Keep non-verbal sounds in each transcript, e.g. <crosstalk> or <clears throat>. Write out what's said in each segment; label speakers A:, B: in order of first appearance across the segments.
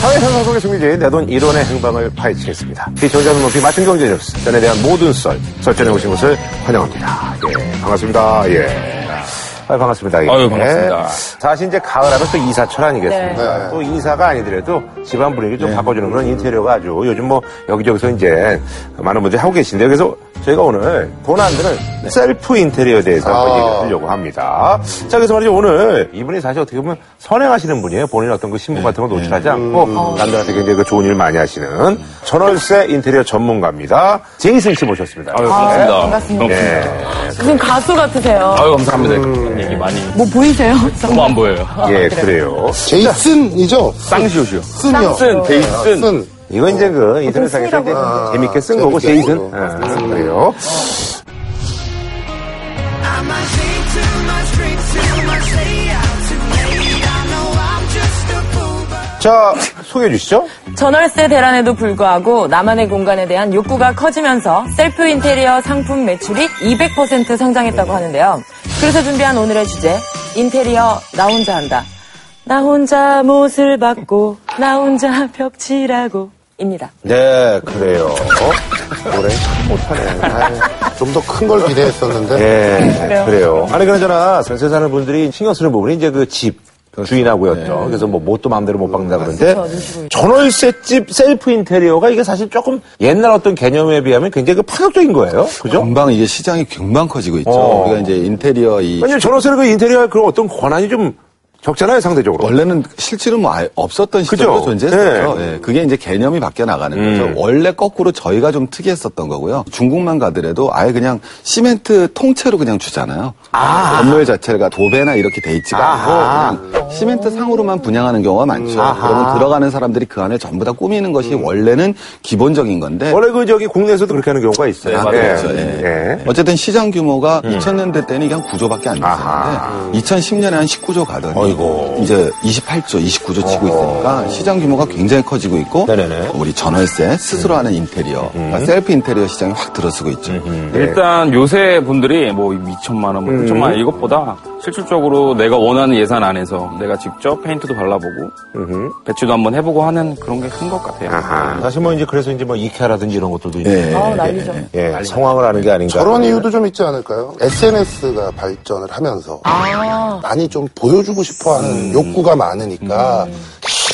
A: 사회현상 속의 숨겨진 내돈 이론의 행방을 파헤치겠습니다. 시청자는 높이 맞춤 경제 뉴스 전에 대한 모든 썰 설전해 오신 것을 환영합니다. 예, 반갑습니다. 예. 아, 반갑습니다. 예.
B: 아유, 반갑습니다.
A: 사실 이제 가을하면 또 이사철 아니겠습니까?
C: 네.
A: 또 이사가 아니더라도 집안 분위기 좀 바꿔주는 그런 인테리어가 아주 요즘 뭐 여기저기서 이제 많은 분들이 하고 계신데 그래서 저희가 오늘 돈 안 드는 셀프 인테리어에 대해서 한번
C: 아.
A: 얘기를 하려고 합니다. 자, 그래서 말이죠. 오늘 이분이 사실 어떻게 보면 선행하시는 분이에요. 본인 어떤 그 신분 같은 걸 노출하지 않고 남들한테 굉장히 그 좋은 일 많이 하시는 전월세 인테리어 전문가입니다. 제이슨 씨 모셨습니다.
B: 아유,
A: 네.
B: 반갑습니다.
C: 반갑습니다.
B: 예.
C: 무슨 가수 같으세요?
B: 아유, 감사합니다. 그런 얘기 많이.
C: 뭐 보이세요?
B: 너무 안 보여요.
A: 예, 그래요.
D: 제이슨이죠?
B: 쌍시오시오.
D: 쓴이요.
B: 쓴, 데이슨.
D: 쓴.
A: 이거 이제 그 인터넷상에서 이제
D: 아,
A: 재밌게 쓴 거고,
D: 재밌게
A: 제이슨.
D: 쓰고.
A: 아, 그래요.
E: I might think too much, drink too much, stay out too late. I know I'm just a fool, but.
A: 자, 소개해 주시죠.
C: 전월세 대란에도 불구하고 나만의 공간에 대한 욕구가 커지면서 셀프 인테리어 상품 매출이 200% 성장했다고 하는데요. 그래서 준비한 오늘의 주제, 인테리어 나 혼자 한다. 나 혼자 못을 박고, 나 혼자 벽칠하고, 입니다.
A: 네, 그래요. 어? 노래 참 못하네. 아유.
D: 좀 더 큰 걸 기대했었는데.
A: 예, 그래요. 아니, 그러잖아. 전세 사는 분들이 신경 쓰는 부분이 이제 그 집. 주인하고였죠. 그래서 뭐 뭣도 마음대로 못 박는다 그러는데 전월세집 셀프 인테리어가 이게 사실 조금 옛날 어떤 개념에 비하면 굉장히 그 파격적인 거예요. 그죠?
F: 금방 이게 시장이 금방 커지고 있죠.
A: 어.
F: 우리가 이제 인테리어 이
A: 왜냐면 전월세는 그 인테리어 그런 어떤 권한이 좀 적잖아요, 상대적으로.
F: 원래는 실제로 뭐 아예 없었던 시절도
A: 그죠? 네. 음.
F: 존재했었죠. 예, 그게 이제 개념이 바뀌어 나가는 거죠. 원래 거꾸로 저희가 좀 특이했었던 거고요. 중국만 가더라도 아예 그냥 시멘트 통째로 그냥 주잖아요. 건물 자체가 도배나 이렇게 돼 있지가 않고 그냥 시멘트 상으로만 분양하는 경우가
A: 음,
F: 많죠. 그러면 들어가는 사람들이 그 안에 전부 다 꾸미는 것이 원래는 기본적인 건데
A: 원래 그 저기 국내에서도 네, 그렇게 하는 경우가 있어요.
F: 아, 그렇죠. 예.
A: 예.
F: 어쨌든 시장 규모가
A: 음.
F: 2000년대 때는 이게 한 9조밖에 안 됐었는데 2010년에 한 19조 가더니 이제 28조, 29조 치고 있으니까 시장 규모가 굉장히 커지고 있고
A: 네네네. 음.
F: 우리 전월세 스스로 하는 인테리어, 그러니까 셀프 인테리어 시장이 확 들어서고 있죠.
A: 음.
B: 일단 요새 분들이 뭐 2천만 원, 뭐 3천만 원 이것보다 실질적으로 내가 원하는 예산 안에서 내가 직접 페인트도 발라보고 배치도 한번 해보고 하는 그런 게 큰 것 같아요.
A: 아하. 사실 뭐 이제 그래서 이제 뭐 이케아라든지 이런 것들도 이제
F: 예.
D: 네.
C: 아우, 어, 난리죠.
A: 예, 성황을 하는 게 아닌가.
D: 저런 이유도 좀 있지 않을까요? SNS가 발전을 하면서
B: 아.
D: 많이 좀 보여주고 싶어하는
B: 음.
D: 욕구가 많으니까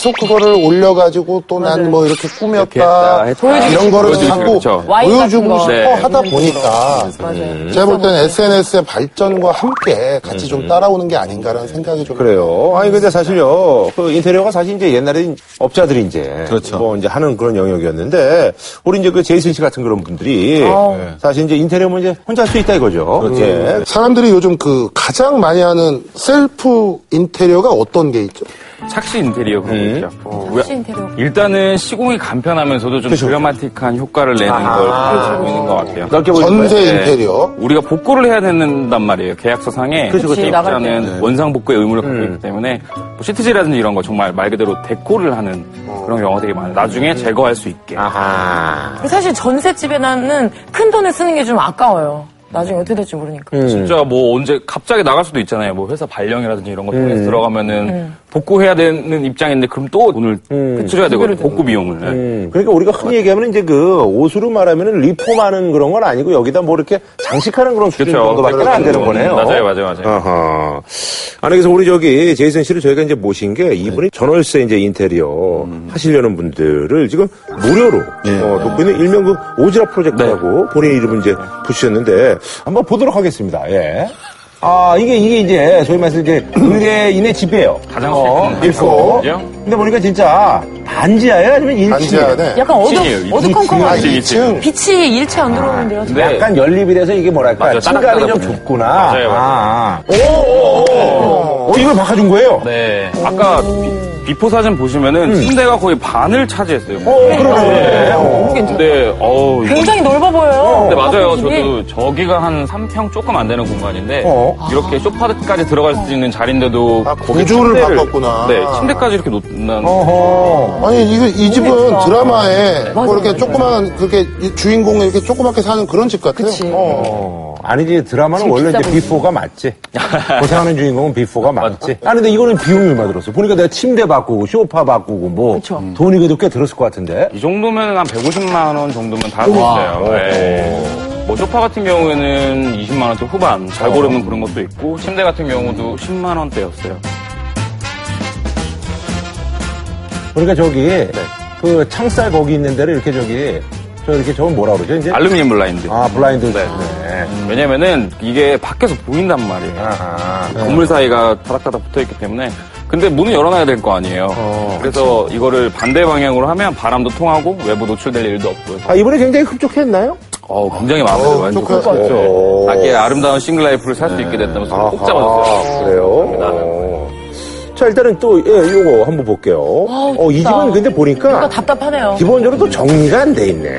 D: 계속 그거를 올려가지고 또 난 뭐 이렇게
B: 했다, 예,
D: 꾸몄다
B: 했다.
D: 이런 거를
B: 보여주고
D: 자꾸
B: 싶죠.
C: 와인 같은 거.
D: 보여주고 싶어
B: 네. 음.
D: 하다 보니까 네.
C: 맞아요.
D: 제가 볼 때는 SNS의 발전과 함께 같이 좀 따라오는 게 아닌가라는 생각이 좀
A: 그래요. 아니 근데 사실요. 그 인테리어가 사실 이제 옛날에 업자들이 이제
F: 그렇죠.
A: 뭐 이제 하는 그런 영역이었는데 우리 이제 그 제이슨 씨 같은 그런 분들이 네. 사실 이제 인테리어면 이제 혼자 할 수 있다 이거죠. 그렇죠. 예.
D: 사람들이 요즘 그 가장 많이 하는 셀프 인테리어가 어떤 게 있죠?
B: 착시 인테리어 그런 거 있죠. 어, 왜-
C: 착시 인테리어.
B: 일단은 시공이 간편하면서도 좀 드라마틱한 효과를 내는 걸 가지고 있는 것 같아요.
A: 넓게 보시면
C: 예.
D: 전세
B: 네.
D: 인테리어.
B: 우리가 복구를 해야 된단 말이에요. 계약서상에
C: 그치, 그치. 나갈
B: 입자는 원상
A: 네.
B: 복구의 의무를 갖고
A: 음.
B: 있기 때문에 뭐 시트지라든지 이런 거 정말 말 그대로 데코를 하는
A: 어.
B: 그런 경우가 되게 많아요.
A: 음.
B: 나중에 제거할 수 있게.
A: 아, 아하.
C: 사실 전셋집에 나는 큰 돈을 쓰는 게 좀 아까워요. 나중에 어떻게 될지 모르니까.
D: 음.
A: 그렇죠.
B: 진짜 뭐 언제 갑자기 나갈 수도 있잖아요. 뭐 회사 발령이라든지 이런 것 때문에
A: 음.
B: 들어가면은
C: 음.
B: 복구해야 되는 입장인데 그럼 또 돈을
A: 음.
B: 들여야 되거든요. 복구 비용을. 네.
A: 그러니까 우리가 흔히 얘기하면 이제 그 옷으로 말하면 리폼하는 그런 건 아니고 여기다 뭐 이렇게 장식하는 그런 수준
B: 그렇죠.
A: 정도밖에 안 되는 거네요. 어.
B: 맞아요, 맞아요, 맞아요.
A: 아하. 아니, 그래서 우리 저기 제이슨 씨를 저희가 이제 모신 게
B: 네.
A: 이분이 전월세 이제 인테리어
B: 음.
A: 하시려는 분들을 지금 무료로
B: 네.
A: 어, 돕고 있는 일명 그 오지라 프로젝트라고 본인 이름을 이제 붙이셨는데 한번 보도록 하겠습니다. 예. 아, 이게, 이게 이제, 소위 말해서 이제, <clears throat> 의뢰인의 집이에요.
B: 가장
A: 어,
B: 쉽게
A: 일코.
B: 거죠? 네.
A: 근데 보니까 진짜, 반지하예요? 아니면 일층?
D: 단지 안에
C: 약간 어두,
B: 층이에요, 이
C: 어두컴컴한
B: 층, 이
D: 층.
C: 빛이 일체 안 들어오는데요.
B: 근데
A: 약간 연립이 돼서 이게 뭐랄까,
B: 맞아요.
A: 층간이 좀
B: 따닥따닥
A: 좁구나.
B: 맞아요, 맞아요.
A: 아, 아. 오, 오, 오, 오, 오, 이걸 바꿔준 거예요?
B: 네.
C: 음.
B: 아까 비, 포 사진
A: 음.
B: 보시면은 침대가 거의 반을 차지했어요.
A: 오, 그러네. 오.
B: 근데 어 이거
C: 굉장히 넓어 그 보여요.
B: 근데 네, 맞아요.
C: 앞에 집이.
B: 저도 저기가 한 3평 조금 안 되는 공간인데
A: 어.
B: 이렇게 소파까지 들어갈 수 있는 자리인데도
D: 아,
B: 거기
D: 구조를
B: 침대를-
D: 바꿨구나.
B: 네, 침대까지 이렇게 놓는
A: 어허.
D: 아니 이거 이 집은
C: 모르겠어.
D: 드라마에
C: 예. 맞아,
D: 뭐 이렇게
C: 맞아.
D: 조그만 그렇게 이 주인공이 이렇게 조그맣게 사는 그런 집 같아요.
C: 그치.
D: 어.
A: 어. 아니, 이제 드라마는
C: 지금
A: 원래 이제
C: 비싸
A: 비포가
B: <laughs>
A: 맞지. 고생하는 주인공은 비포가 맞지. 아니, 근데 이거는 비용이 얼마 들었어? 보니까 내가 침대 바꾸고, 쇼파 바꾸고, 뭐.
C: 그쵸.
A: 돈이 그래도 꽤 들었을 것 같은데.
B: 이 정도면 한 150만 원 정도면 다 됐어요. 예. 뭐 소파 같은 경우에는 20만 원대 후반
D: 어.
B: 잘 고르면 그런 것도 있고 침대 같은 경우도 10만 원대였어요.
A: 그러니까 저기,
B: 네.
A: 그 창살 거기 있는 데를 이렇게 저기, 저 이렇게 저건 뭐라 그러죠? 이제?
B: 알루미늄 블라인드.
A: 아, 블라인드. 네.
B: 왜냐면은 이게 밖에서 보인단 말이에요.
A: 네.
B: 건물 사이가 다닥다닥 붙어 있기 때문에. 근데 문을 열어놔야 될 거 아니에요. 그래서
A: 그렇죠.
B: 이거를 반대 방향으로 하면 바람도 통하고 외부 노출될 일도 없고 해서
A: 아, 이번에 굉장히 흡족했나요?
B: 어, 굉장히 마음에 들어요. 완전 네.
D: 흡족할 것
A: 같죠. 네.
B: 밖에 아름다운 싱글 라이프를 살 수 있게 됐다면서 꼭 잡아주세요.
A: 그래요? 어. 자, 일단은 또, 예, 요거 한번 볼게요. 어, 이
C: 아, 좋다.
A: 집은 근데
C: 뭔가
A: 보니까
C: 답답하네요.
A: 기본적으로 또 정리가 안 돼 있네.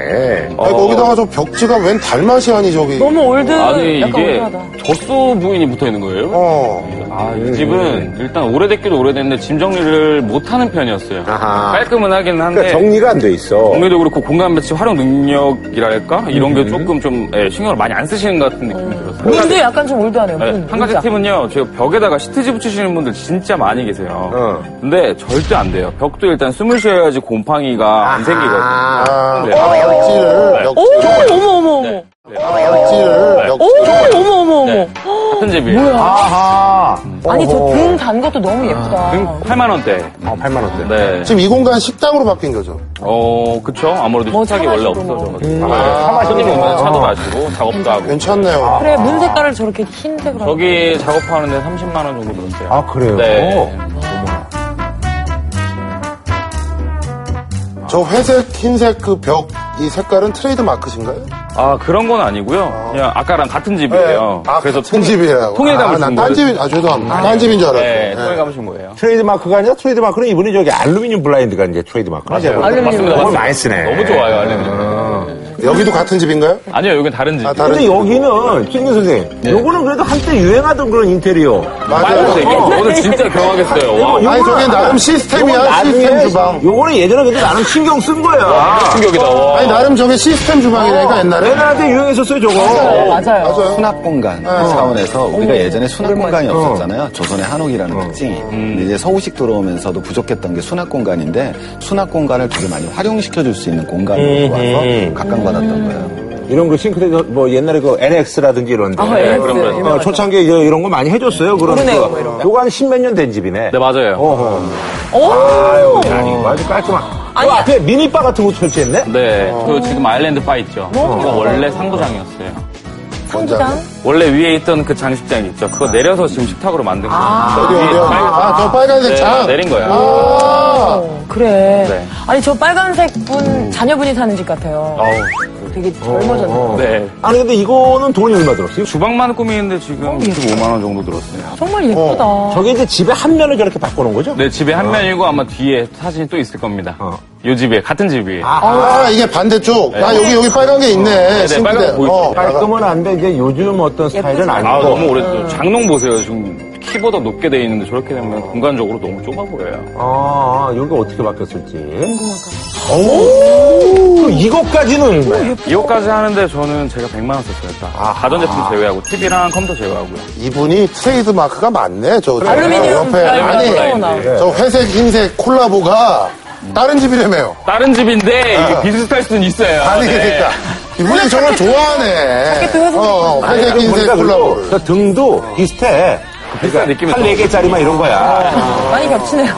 D: 아니,
C: 어.
D: 거기다가 저 벽지가 웬 달마시안이 저기.
C: 너무 올드.
B: 아니
C: 네, 약간
B: 이게
C: 올드하다.
B: 젖소 부인이 붙어 있는 거예요?
D: 어.
B: 아, 이 집은
A: 예,
B: 일단 오래됐기도 오래됐는데 짐 정리를 못하는 편이었어요.
A: 아하.
B: 깔끔은 하긴 한데
A: 그러니까 정리가 안 돼 있어.
B: 네. 정리도 그렇고 공간 배치 활용 능력이랄까 이런
A: 음.
B: 게 조금 좀 예, 신경을 많이 안 쓰시는 것 같은 느낌이 들었어요.
A: 그러니까
C: 문도 약간 좀 올드하네요.
B: 네,
C: 문,
B: 한 가지
C: 문자.
B: 팁은요, 제가 벽에다가 시트지 붙이시는 분들 진짜 많이 계세요.
A: 어.
B: 근데 절대 안 돼요. 벽도 일단 숨을 쉬어야지 곰팡이가 안 생기거든요.
D: 아,
B: 네.
D: 벽지를,
C: 오,
D: 벽지를,
C: 어머, 어머, 어머.
D: 벽지를,
C: 오, 어머,
D: 벽지를.
C: 어머, 어머.
B: 네. 같은 집이에요.
A: 아하.
C: 아니, 저 등 단 것도
B: 아,
C: 너무 예쁘다.
B: 8만원대.
A: 어, 8만 원대.
B: 네.
D: 지금 이 공간 식당으로 바뀐 거죠.
B: 어, 그쵸. 아무래도
C: 뭐,
B: 식탁이
C: 차
B: 원래
C: 마시고 뭐.
B: 없어져가지고. 네. 손님 오면 차도 마시고 작업도
D: 음.
B: 하고.
D: 괜찮네요.
C: 아, 그래, 문 색깔을 저렇게 흰색으로. 하고.
B: 저기 작업하는데 30만원 정도 들었어요.
A: 아, 그래요?
B: 네.
D: 저 회색, 흰색 그 벽, 이 색깔은 트레이드 마크신가요?
B: 아, 그런 건 아니고요. 그냥 아까랑 같은 집이에요.
D: 아,
B: 그래서
D: 같은
B: 통-
D: 집이라고.
B: 통일감을
D: 아,
B: 준
D: 난딴
B: 거예요.
D: 집인, 아, 죄송합니다. 딴 집인 줄 알았어요.
B: 네,
D: 네.
B: 통일감을 준 거예요.
A: 트레이드 마크가 아니라 트레이드 마크는 이분이 저기 알루미늄 블라인드가 이제 트레이드 마크가 맞아요.
B: 맞습니다.
A: 정말
B: 맞습니다.
A: 많이 쓰네.
B: 너무 좋아요, 알루미늄.
D: 네. 여기도 같은 집인가요?
B: 아니요, 여긴 다른 집.
D: 아, 다른
A: 근데
D: 집.
A: 여기는 찡근 선생님,
B: 네.
A: 요거는 그래도 한때 유행하던 그런 인테리어.
D: 맞아요.
B: 빨간색이 오늘 진짜 경하겠어요. 와,
D: 아니, 저게 나름 시스템이야, 시스템 주방.
A: 요거는 예전에 근데 나름 신경 쓴 거야.
B: 충격이다. 와.
D: 아니, 나름 저게 시스템 주방이라니까,
B: 어.
D: 옛날에.
A: 옛날에 유행했었어요, 저거.
C: 맞아요.
D: 맞아요.
F: 수납공간 차원에서 우리가 예전에 수납공간이 없었잖아요. 조선의 한옥이라는
A: 어.
F: 특징이.
A: 음.
F: 근데 이제 서구식 들어오면서도 부족했던 게 수납공간인데 수납공간을 되게 많이 활용시켜줄 수 있는
A: 음,
F: 공간으로 와서 각광받았던 거예요.
A: 이런 거 싱크대 뭐 옛날에 그 NX라든지 이런데
C: 아, NX.
A: 그런 거.
C: 유명하죠.
A: 어, 초창기에 이제 이런 거 많이 해줬어요. 그런
C: 그러네요,
A: 거.
C: 뭐 이런 거.
A: 요거 한 십몇 년 된 집이네.
B: 네, 맞아요.
A: 어허.
C: 오!
A: 야, 이거 아주 깔끔한.
C: 아니,
A: 요 앞에 미니바 같은 거 설치했네?
B: 네, 그 지금 아일랜드 바 있죠. 이거 원래 상부장이었어요.
C: 상부장?
B: 원래 위에 있던 그 장식장 있죠. 그거 내려서 지금 식탁으로 만든 거예요.
D: 어디, 어디, 어디. 아, 저 빨간색
B: 네,
D: 장.
B: 내린 거예요.
D: 아,
C: 그래.
B: 네. 음.
C: 아니, 저 빨간색 분, 자녀분이 사는 집 같아요. 되게 젊어졌네.
B: 네.
A: 아니, 근데 이거는 돈이 얼마 들었어요?
B: 주방만 꾸미는데 지금 25만 원 정도 들었어요.
C: 정말 예쁘다.
A: 저게 이제 집에 한 면을 저렇게 바꾸는 거죠?
B: 네, 집에 한 면이고 아마 뒤에 사진이 또 있을 겁니다.
A: 어.
B: 요 집에 같은 집이에요.
D: 아, 이게 반대쪽. 아, 여기, 여기 빨간 게 있네. 어,
B: 네, 빨간 거 보이시죠?
A: 깔끔은 한데 이제 요즘 어떤 스타일은 아니고.
B: 아, 너무 오래 또 장롱 보세요. 지금 키보다 높게 돼 있는데 저렇게 되면 공간적으로 너무 좁아 보여요.
A: 아, 여기 어떻게 바뀌었을지. 오, 이것까지는.
B: 네, 이거까지 하는데 저는 제가 100만 원 썼어요. 딱. 가전제품 제외하고 TV랑 컴퓨터 제외하고요.
D: 이분이 트레이드 마크가 많네. 저
C: 알루미늄
D: 옆에 아니
C: 라인 나오나.
D: 저 회색 흰색 콜라보가 다른 집이라며요.
B: 다른 집인데 이게 비슷할 수는 있어요.
D: 아니
B: 네.
D: 그러니까 이분이 정말 좋아하네.
C: 자켓도 회색
D: 어, 회색 흰색 콜라보.
A: 그 등도 비슷해.
B: 비슷한 느낌이
A: 한
B: 들어요.
A: 4개짜리만 이런 거야.
C: 많이
B: <laughs>
C: 겹치네요.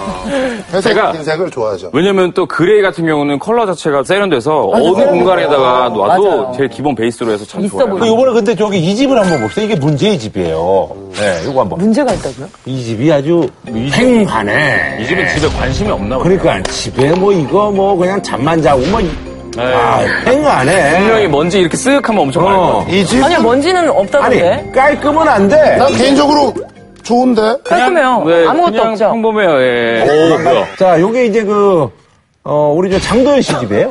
D: 회색
B: 제가-
D: 흰색을 좋아하죠.
B: 왜냐면 또 그레이 같은 경우는 컬러 자체가 세련돼서 어느 공간에다가 놔도
C: 맞아요.
B: 제일 기본 베이스로 해서 참
C: 있어
B: 좋아요.
C: 보이죠?
A: 그 요번에 근데 저기 이 집을 한번 봅시다. 이게 문제의 집이에요. 네, 요거 한번.
C: 문제가 있다고요?
A: 이 집이 아주 횡하네.
B: 이 집은 집에 관심이 없나 봐요.
A: 그러니까 집에 뭐 이거 뭐 그냥 잠만 자고 뭐. 이- 아, 횡하네.
B: 분명히 먼지 이렇게 쓱 하면 엄청 많을 거예요.
A: 어.
D: 이 집.
C: 아니, 먼지는
A: 아니,
C: 없다던데.
D: 네.
A: 깔끔은 안 돼.
D: 난 개인적으로 좋은데.
C: 깔끔해요.
B: 네,
C: 아무것도
B: 그냥
C: 없죠.
B: 평범해요. 예. 오, 뭐야.
A: 자, 요게 이제 그, 어, 우리 저 장도연 씨 집이에요.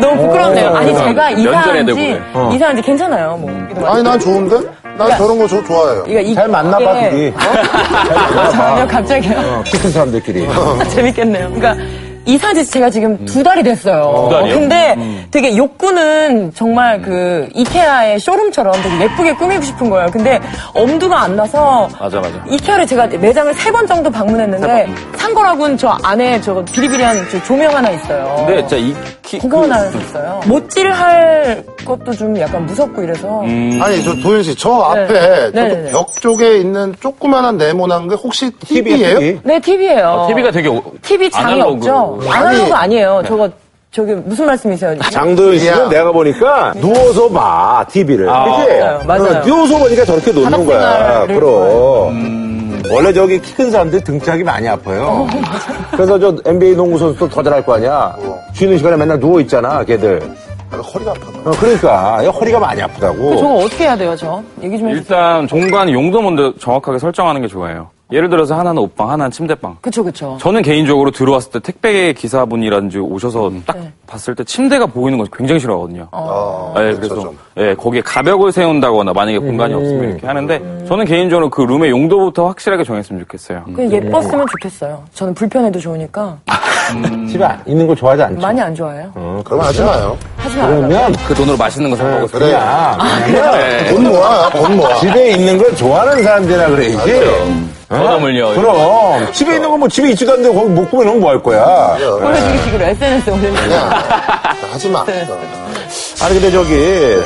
C: 너무 부끄럽네요. 아니, 제가
B: 면전에
C: 이사한 지,
B: 대고 어.
C: 이사한 지 괜찮아요. 뭐.
D: 아니 난 좋은데.
C: 네.
D: 난 저런 거 저, 좋아해요.
C: 그러니까 이-
A: 잘 만나 봐,
D: 네.
C: 이게-
A: 둘이.
C: 어? 전혀 갑자기요.
A: 키 큰 사람들끼리.
D: 어,
C: <laughs> 재밌겠네요. 그러니까 이사지 제가 지금 두 달이 됐어요.
B: 두 달이요? 음.
C: 근데 되게 욕구는 정말 그 이케아의 쇼룸처럼 되게 예쁘게 꾸미고 싶은 거예요. 근데 엄두가 안 나서
B: 맞아, 맞아.
C: 이케아를 제가 매장을 세 번 정도 방문했는데 산 거라고는 저 안에 저 비리비리한 저 조명 하나 있어요.
B: 근데 진짜 이 키.
C: 그거 하나 있어요. 못질 할 것도 좀 약간 무섭고 이래서
B: 음.
D: 아니 저 도현 씨 저
C: 네,
D: 앞에 저거
C: 네, 네.
D: 벽 쪽에 있는 조그만한 네모난 게 혹시 TV예요?
A: TV?
C: 네, TV예요.
B: TV가 되게. 오-
C: TV 장이
B: 아, 아날로그. 네.
C: 없죠? 아날로그 아니에요. 저거, 저기, 무슨 말씀이세요?
B: 아,
A: 장도연 씨는
D: 야.
A: 내가 보니까 누워서 봐 TV를 그치?
C: 맞아요, 맞아요.
A: 어, 누워서 보니까 저렇게 노는 거야
C: 바닥생활을
A: 그럼 음. 원래 저기 키 큰 사람들 등짝이 많이
C: 어,
A: 아파요 그래서 저 NBA 농구 선수도 더 잘할 거 아니야 쉬는 시간에 맨날 누워 있잖아 걔들
D: 아, 허리가
A: 어,
D: 아파서
A: 그러니까 이 허리가 많이 아프다고
C: 그 저거 어떻게 해야 돼요, 저? 얘기 좀 해주세요.
B: 일단 종간 용도 먼저 정확하게 설정하는 게 좋아요. 예를 들어서 하나는 옷방, 하나는 침대방.
C: 그쵸, 그쵸.
B: 저는 개인적으로 들어왔을 때 택배 기사분이라든지 오셔서
A: 음.
B: 딱
A: 네.
B: 봤을 때 침대가 보이는 걸 굉장히 싫어하거든요. 예, 그래서 예, 거기에 가벽을 세운다거나 만약에
A: 네.
B: 공간이 없으면 이렇게 하는데
A: 음.
B: 저는 개인적으로 그 룸의 용도부터 확실하게 정했으면 좋겠어요.
C: 그냥 예뻤으면 좋겠어요. 저는 불편해도 좋으니까
B: 아,
A: 집에 안- 있는 걸 좋아하지 않죠
C: 많이 안 좋아해요.
B: 어.
D: 그러면 하지 마요.
C: 하지 말아요.
A: 그러면
B: 그 돈으로 맛있는 거 사 먹고
D: 그래.
A: 야,
C: 아,
D: 돈 모아, 돈 모아.
A: 집에 있는 걸 좋아하는 사람들이라 그래야지
B: 서점을요.
A: 네. 그럼 집에 있는 건 뭐 집에 있지도 않는데 거기 못 꾸며놓으면 뭐 할 거야
F: 네.
C: 보여주기 식으로 SNS 에 올려주세요.
D: 그냥 하지 마.
C: 네.
A: 아니 근데 저기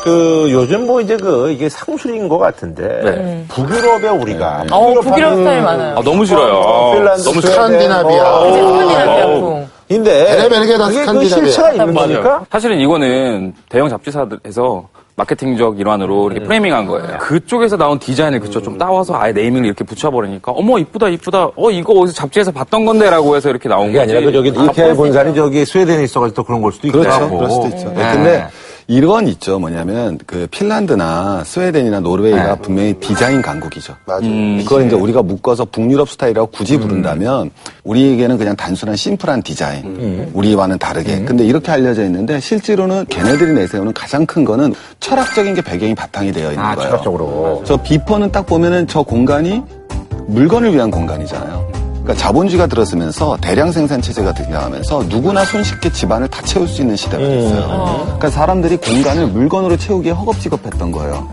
A: 그 요즘 뭐 이제 그 이게 상술인 것 같은데
D: 네.
A: 북유럽에 우리가
C: 어,
A: 북유럽
C: 북유럽
A: 하는
C: 스타일 많아요.
B: 아, 너무 싫어요.
A: 어, 핀란드,
B: 너무
A: 스웨덴,
D: 스칸디나비아.
A: 어,
D: 이제
C: 스칸디나비아
A: 어.
C: 풍.
A: 근데
D: 베네벨게 다
A: 그게 그
D: 스칸디나비아.
A: 실체가 있는
B: 맞아요.
A: 거니까
B: 사실은 이거는 대형 잡지사에서 마케팅적 일환으로
A: 음.
B: 이렇게 프레이밍한
A: 아.
B: 거예요. 그쪽에서 나온 디자인을 그쪽 좀 따와서 아예 네이밍을 이렇게 붙여버리니까 어머 이쁘다 이쁘다 어 이거 어디서 잡지에서 봤던 건데라고 해서 이렇게 나온
A: 그게
B: 거지.
A: 아니라 그 저기 이케아 본사는 저기 스웨덴에 있어가지고 또 그런 걸 수도 있고 네.
F: 그렇죠. 그럴 수도 있죠. 근데 이건 있죠. 뭐냐면 그 핀란드나 스웨덴이나 노르웨이가 분명히 디자인 강국이죠. 음,
D: 맞아.
F: 그걸 이제 우리가 묶어서 북유럽 스타일이라고 굳이 부른다면 우리에게는 그냥 단순한 심플한 디자인. 우리와는 다르게. 근데 이렇게 알려져 있는데 실제로는 걔네들이 내세우는 가장 큰 거는 철학적인 게 배경이 바탕이 되어 있는
A: 아
F: 거예요.
A: 철학적으로
F: 저 비퍼는 딱 보면은 저 공간이 물건을 위한 공간이잖아요. 그러니까 자본주의가 들었으면서 대량 생산 체제가 등장하면서 누구나 손쉽게 집안을 다 채울 수 있는 시대가 됐어요. 그러니까 사람들이 공간을 물건으로 채우기에 허겁지겁했던 거예요.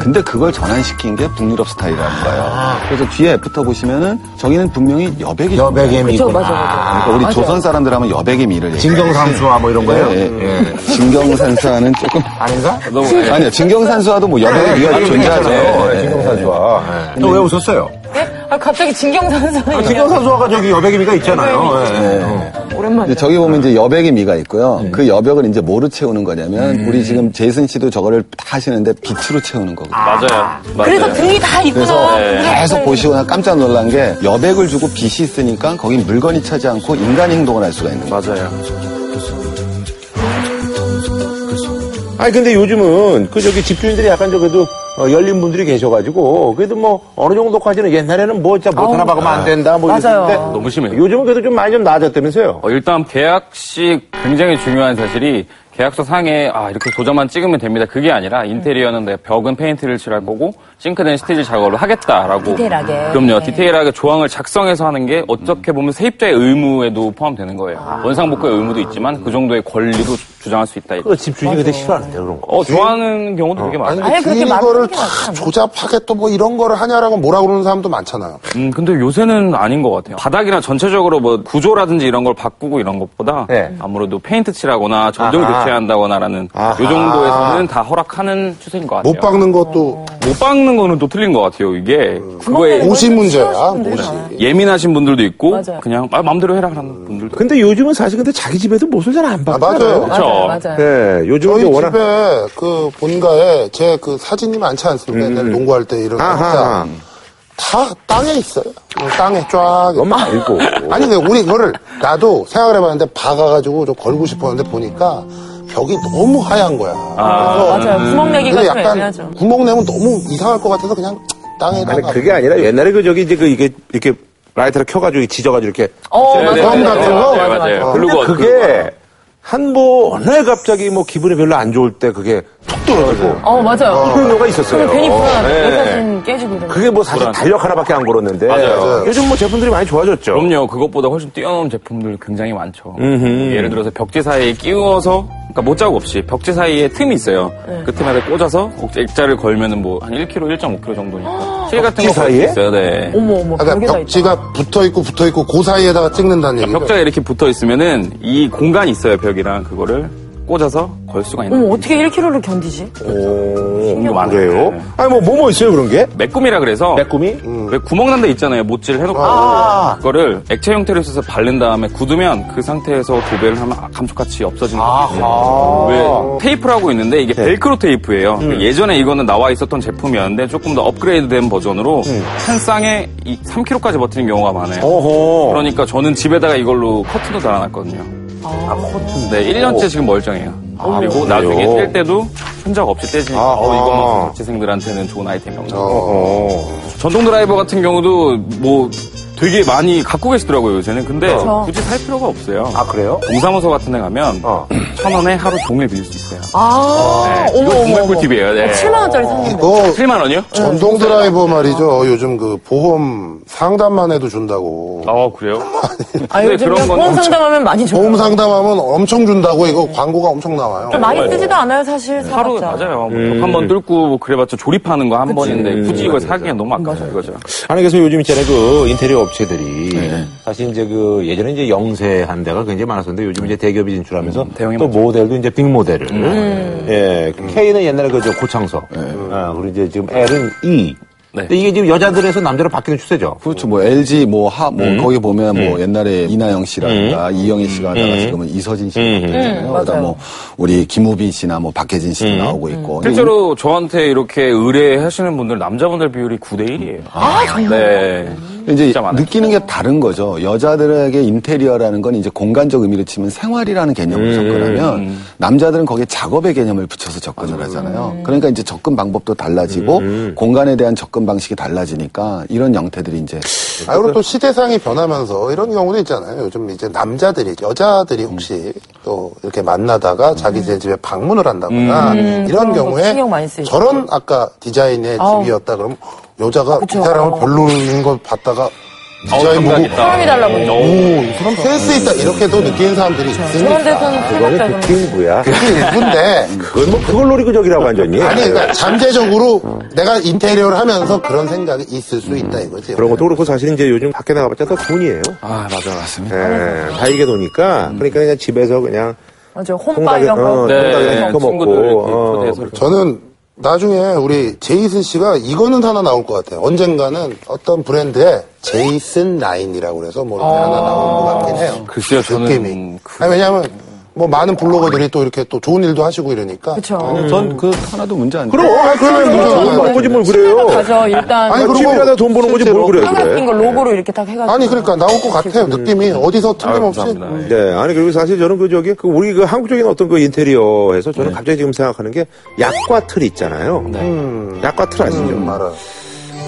F: 근데 그걸 전환시킨 게 북유럽 스타일이라는 거예요. 그래서 뒤에 애프터 보시면은 저기는 분명히 여백이 좀
A: 여백의 미
C: 그쵸, 그렇죠. 맞아, 맞아.
F: 그러니까 우리 조선 사람들 하면 여백의 미를
A: 진정상수화 뭐 이런 거예요
F: 얘기해요. 예, 예. 진경산수화는 조금
A: 아닌가?
B: 너무
F: 아니요 진경산수화도 뭐 여백의 미가 존재하죠.
A: 네.
F: 예.
A: 진정상수화 또 왜 웃었어요?
C: 네? 아, 갑자기
F: 아,
C: 진경선수.
A: 아, 진정상수화가 저기 여백의 미가
C: 네.
A: 있잖아요 예, 예.
F: 이제
C: 오랜만에.
F: 네, 저기 보면 이제 여백의 미가 있고요.
B: 네.
F: 그 여백을 이제 뭐로 채우는 거냐면
B: 음.
F: 우리 지금 제이슨 씨도 저거를 다 하시는데 빛으로 채우는 거거든요.
B: 맞아요. 맞아요.
C: 그래서 등이 다
F: 네. 그래서
C: 있구나.
F: 계속 보시거나 깜짝 놀란 게 여백을 주고 빛이 있으니까 거긴 물건이 차지 않고 인간이 행동을 할 수가 있는 거죠.
B: 맞아요.
A: 아니 근데 요즘은 그 저기 집주인들이 약간 저기도 어, 열린 분들이 계셔가지고 그래도 뭐 어느 정도까지는 옛날에는 뭐 진짜 못 하나 박으면 안 된다 뭐
C: 맞아요.
A: 이랬는데
B: 너무 심해요.
A: 요즘은 그래도 좀 많이 좀 나아졌다면서요?
B: 어, 일단 계약식 굉장히 중요한 사실이 계약서 상에 아 이렇게 도장만 찍으면 됩니다. 그게 아니라 인테리어는 내가 벽은 페인트를 칠할 거고 싱크대는 스티질 작업을 하겠다라고
C: 디테일하게.
B: 그럼요
C: 네.
B: 디테일하게 조항을 작성해서 하는 게 어떻게 보면 세입자의 의무에도 포함되는 거예요.
C: 아.
B: 원상복구의 의무도 있지만 그 정도의 권리도 주- 주장할 수 있다.
A: 그 집주인이 근데 싫어하는데 그런 거.
B: 어 좋아하는 경우도 되게 많아요.
C: 아예
D: 아니,
C: 그렇게
D: 근데
C: 막
D: 이거를
C: 그렇게 하지
D: 다
C: 않아요.
D: 조잡하게 또 뭐 이런 거를 하냐라고 뭐라 그러는 사람도 많잖아요.
B: 음, 근데 요새는 아닌 것 같아요. 바닥이나 전체적으로 뭐 구조라든지 이런 걸 바꾸고 이런 것보다
A: 네.
B: 아무래도 페인트 칠하거나 전등
A: 아하.
B: 교체한다거나라는 요 정도에서는 다 허락하는 추세인 것 같아요.
D: 못 박는 것도
C: 어.
B: 못 박는 거는 또 틀린 것 같아요. 이게 그거에
D: 옷이 문제야,
C: 싫어하시는데,
D: 옷이.
C: 정말.
B: 예민하신 분들도 있고
C: 맞아요.
B: 그냥 아, 마음대로 해라 하는 분들도
A: 근데 요즘은 사실 근데 자기 집에도 못을 잘 안
D: 아,
A: 박아요.
C: 맞아요,
D: 맞아요.
B: 그렇죠.
C: 맞아요.
A: 예, 요즘은
D: 저희
A: 이제 워낙
D: 집에 그 본가에 제 그 사진이 많지 않습니까? 옛날 농구할 때 이런
A: 음, 아하.
D: 거. 다 땅에 있어요. 어, 땅에 쫙.
A: 너무 알고
D: 아니 근데 우리 그거를 나도 생각을 해봤는데 박아가지고 좀 걸고 싶었는데 보니까 벽이 너무 하얀 거야. 그래서
C: 맞아요. 구멍 내기가
D: 근데
C: 좀
D: 약간
C: 애매하죠.
D: 구멍 내면 너무 이상할 것 같아서 그냥 땅에다가.
A: 아니 그게 아니라 옛날에 그 저기 이제 그 이게 이렇게 라이터를 켜가지고 지져가지고 이렇게
C: 어,
B: 네, 네,
C: 맞아요.
B: 네,
D: 맞아요.
B: 네, 맞아요.
D: 맞아요.
B: 글루건, 글루건.
A: 어, 그게 한 번에 갑자기 뭐 기분이 별로 안 좋을 때 그게 툭 떨어지고
C: 어, 맞아요.
A: 그런 경우가 있었어요.
C: 그럼 괜히 불안하다.
A: 네.
C: 의사진 깨지고 이런
A: 그게 뭐 사실 달력 하나밖에 안 걸었는데
B: 맞아요.
A: 요즘 뭐 제품들이 많이 좋아졌죠.
B: 그럼요. 그것보다 훨씬 뛰어난 제품들 굉장히 많죠. 예를 들어서 벽지 사이에 끼워서, 그러니까 못자국 없이 벽지 사이에 틈이 있어요.
C: 네.
B: 그 틈에 꽂아서 액자를 걸면은 뭐 한 1kg, 1.5kg 정도니까. 실 같은
A: 벽지
B: 거 걸수
A: 사이에?
B: 있어요. 네.
C: 어머, 어머,
D: 아까 그러니까
C: 별게 다 있다.
D: 벽지가 붙어 있고 붙어 있고 그 사이에다가 찍는다는 얘기죠.
B: 벽자가 이렇게 붙어 있으면은 이 공간이 있어요. 벽이랑 그거를 꽂아서 걸 수가 있는.
C: 어머, 어떻게 1kg를 견디지?
A: 오,
B: 많아요.
A: 그래요?
B: 네.
A: 아니 뭐 뭐 뭐 있어요 그런 게?
B: 매꿈이라 그래서
A: 매꿈이?
B: 왜 구멍 난 데 음. 있잖아요. 네. 못질 해놓고 그거를 액체 형태로 써서 바른 다음에 굳으면 그 상태에서 도배를 하면 아, 감쪽같이 없어지는 거예요. 왜 테이프라고 있는데 이게 벨크로 테이프예요. 그 예전에 이거는 나와 있었던 제품이었는데 조금 더 업그레이드된 버전으로 한 쌍에 3kg까지 버티는 경우가 많아요.
A: 어허.
B: 그러니까 저는 집에다가 이걸로 커튼도 달아놨거든요.
A: 아무튼
B: 네, 1년째 지금 멀쩡해요. 그리고 나중에
A: 그래요?
B: 뗄 때도 흔적 없이 떼지니까
A: 아,
B: 어,
A: 아.
B: 이것만 자취생들한테는 좋은 아이템이라고 요
A: 어.
B: 전동 드라이버 같은 경우도 뭐 되게 많이 갖고 계시더라고요, 요새는. 근데
C: 그쵸.
B: 굳이 살 필요가 없어요.
A: 아 그래요?
B: 동사무소 같은 데 가면 천 원에 하루 종일 빌릴 수 있어요.
C: 아,
B: 네,
C: 어머,
B: 이거
C: 어머.
B: 정말
C: 어머.
B: 꿀팁이에요. 네.
C: 7만원짜리 샀는데.
D: 이거
B: 7만 원이요?
D: 전동 드라이버 말이죠. 요즘 그 보험 상담만 해도 준다고.
B: 아, 그래요?
C: 아,
B: 근데
C: 요즘
B: 그런 건
C: 보험 상담하면 많이 줘요.
D: 보험 상담하면 엄청 준다고 이거 광고가 엄청 나와요.
C: 많이 쓰지도 않아요, 사실.
B: 네. 하루
C: 사봤자.
B: 맞아요. 뭐 한번 뚫고 뭐 그래봤자 조립하는 거 한 번인데 굳이 이걸 사기엔 너무 아까워 이거죠.
A: 아니 그래서 요즘 있잖아요 그 인테리어 업체들이 사실 이제 그 예전에 이제 영세한 데가 굉장히 많았었는데 요즘 이제 음, 대기업이 진출하면서
B: 대형이
A: 또 모델도 이제 빅 모델을 예 K는 옛날에 그저 고창석 아, 그리고 이제 지금 L은 E
B: 네.
A: 근데 이게 지금 여자들에서 남자로 바뀌는 추세죠.
F: 그렇죠. 뭐 LG 뭐 하 뭐
B: 음.
F: 거기 보면 뭐 옛날에 이나영 씨라든가 이영애 씨가 하다가 지금은 이서진 씨가
B: 음.
F: 되잖아요.
C: 음.
F: 그러다
C: 맞아요.
F: 뭐 우리 김우빈 씨나 뭐 박혜진 씨도 나오고 있고.
B: 음. 실제로 저한테 이렇게 의뢰하시는 분들 남자분들 비율이 9대 1이에요. 아, 정말? 네.
F: 이제
B: 진짜 많아요. 어.
F: 느끼는 게 다른 거죠. 여자들에게 인테리어라는 건 이제 공간적 의미로 치면 생활이라는 개념을
B: 음.
F: 접근하면 남자들은 거기에 작업의 개념을 붙여서 접근을 하잖아요. 그러니까 이제 접근 방법도 달라지고
B: 음.
F: 공간에 대한 접근 방식이 달라지니까 이런 형태들이 이제
D: 아, 그리고 또 시대상이 변하면서 이런 경우도 있잖아요. 요즘 이제 남자들이, 여자들이 혹시 또 이렇게 만나다가 자기 제 집에 방문을 한다거나
C: 그런
D: 이런
C: 거
D: 경우에
C: 신경 많이 쓰이죠.
D: 저런 아까 디자인의
C: 아우.
D: 집이었다 그러면 여자가
C: 그쵸.
D: 이 사람을 별로인 걸 봤다가
B: 어우,
D: 디자인 보고
B: 깜짝이야.
C: 사람이달라고
B: 오,
D: 그럼 센스 있다 이렇게도 느끼는 사람들이
C: 그런
D: 있으니까
C: 데서는
A: 그거는
C: 살짝
A: 그 친구야.
D: 그게 일부인데
A: 그건 뭐 그걸 노리고 저기라고 앉았니?
D: 아니 그러니까 잠재적으로 내가 인테리어를 하면서 그런 생각이 있을 수 있다 이거지
A: 그런 것도 그렇고 사실 이제 요즘 밖에 나가봤자 다 돈이에요.
F: 아 맞아 맞습니다.
A: 예, 다 이게 도니까 그러니까 그냥 집에서 그냥
C: 맞아, 홈바 이런 거.
A: 어,
B: 네.
A: 통닭이나 시켜
B: 친구들 이렇게
A: 먹고 어,
B: 초대해서
D: 저는 나중에 우리 제이슨 씨가 이거는 하나 나올 것 같아요. 언젠가는 어떤 브랜드에 제이슨 라인이라고 그래서 뭐 이렇게
C: 아.
D: 하나 나올 것 같긴 해요. 그
B: 글쎄요, 저는 그
D: 느낌이. 아니, 왜냐하면 뭐 많은 블로거들이 또 이렇게 또 좋은 일도 하시고 이러니까.
C: 그쵸.
B: 음.
F: 전 그 하나도 문제 안 돼요.
A: 그럼 아, 그러면
D: 그럼
A: 무슨 돈 버는 거지 뭘 그래요?
C: 가서 일단 뭐
D: 아니, 그리고
A: 집이라다 돈 버는 거지 뭘 그래요?
C: 삼각 낀걸 로고로 이렇게 딱 해가지고.
D: 아니 그러니까 나올 것 같아요. 느낌이 어디서 틀림없이.
B: 감사합니다. 예.
A: 네, 아니 그리고 사실 저는 그 저기 그 우리 그 한국적인 어떤 그 인테리어에서 저는 갑자기 지금 생각하는 게 약과 틀 있잖아요. 음, 약과 틀 아시죠?
D: 음, 알아요.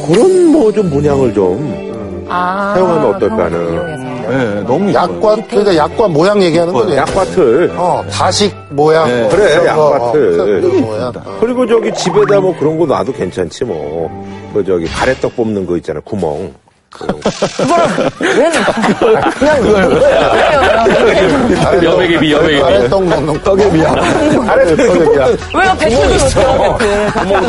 A: 그런 뭐 좀 문양을 좀
C: 아,
A: 사용하면 어떨까는.
C: 그런 거 이용해서.
F: 네, 너무
D: 약과
C: 음.
D: 그러니까 약과 모양 얘기하는 거죠.
A: 약과 틀
D: 어 다식 모양.
B: 네.
D: 뭐
A: 그래,
D: 이런 거,
A: 약과 틀.
D: 어, 그런 모양.
A: 그리고 저기 집에다 뭐 그런 거 놔도 괜찮지 뭐 그 저기 가래떡 뽑는 거 있잖아요 구멍
C: 왜 그냥 그걸
B: 아, 여백이 비, 여백이 비.
D: 아래떡 넣는
F: 떡에 비하면
A: 가래떡
C: 왜요? 배틀도 못해요, 배틀.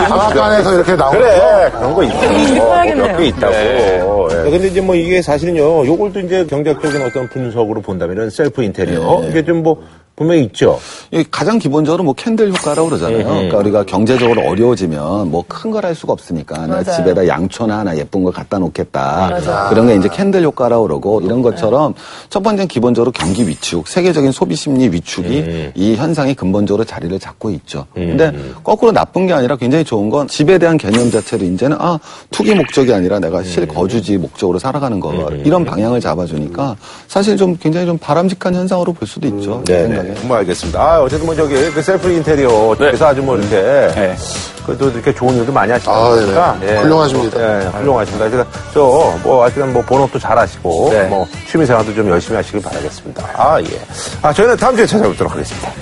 D: 방앗간에서 이렇게 나오는
A: 네. 그래 그런 거
C: 이거
A: 있어
C: 사야겠네요.
A: 몇개 있다고 네, 근데 이제 뭐 이게 사실은요 요걸도 이제 경제학적인 어떤 분석으로 본다면은 셀프 인테리어 이게 좀 뭐 분명히 있죠
F: 이 가장 기본적으로 뭐 캔들 효과라고 그러잖아요. 그러니까 우리가 경제적으로 어려워지면 뭐 큰 걸 할 수가 없으니까 나
C: 맞아요.
F: 집에다 양초나 하나 예쁜 걸 갖다 놓겠다.
C: 맞아요. 네.
F: 그런 게 이제 캔들 효과라고 그러고 이런 것처럼 첫 번째는 기본적으로 경기 위축, 세계적인 소비 심리 위축이 이 현상이 근본적으로 자리를 잡고 있죠. 근데 거꾸로 나쁜 게 아니라 굉장히 좋은 건 집에 대한 개념 자체를 이제는 아 투기 목적이 아니라 내가 실 거주지 목적으로 살아가는 거 이런 방향을 잡아주니까 사실 좀 굉장히 좀 바람직한 현상으로 볼 수도 네.
A: 네.
F: 있죠. 제 생각에.
A: 뭐 알겠습니다 아 어쨌든 뭐 저기 그 셀프 인테리어에서 아주 뭐 이렇게
B: 네.
A: 그래도 이렇게 좋은 일도 많이
D: 아,
A: 하시니까
D: 네. 훌륭하십니다.
A: 예, 훌륭하십니다. 그러니까 저뭐 하여튼 뭐 본업도 잘하시고
G: 네.
A: 뭐 취미 생활도 좀 열심히 하시길 바라겠습니다. 아 예. 아 저희는 다음 주에 찾아뵙도록 하겠습니다.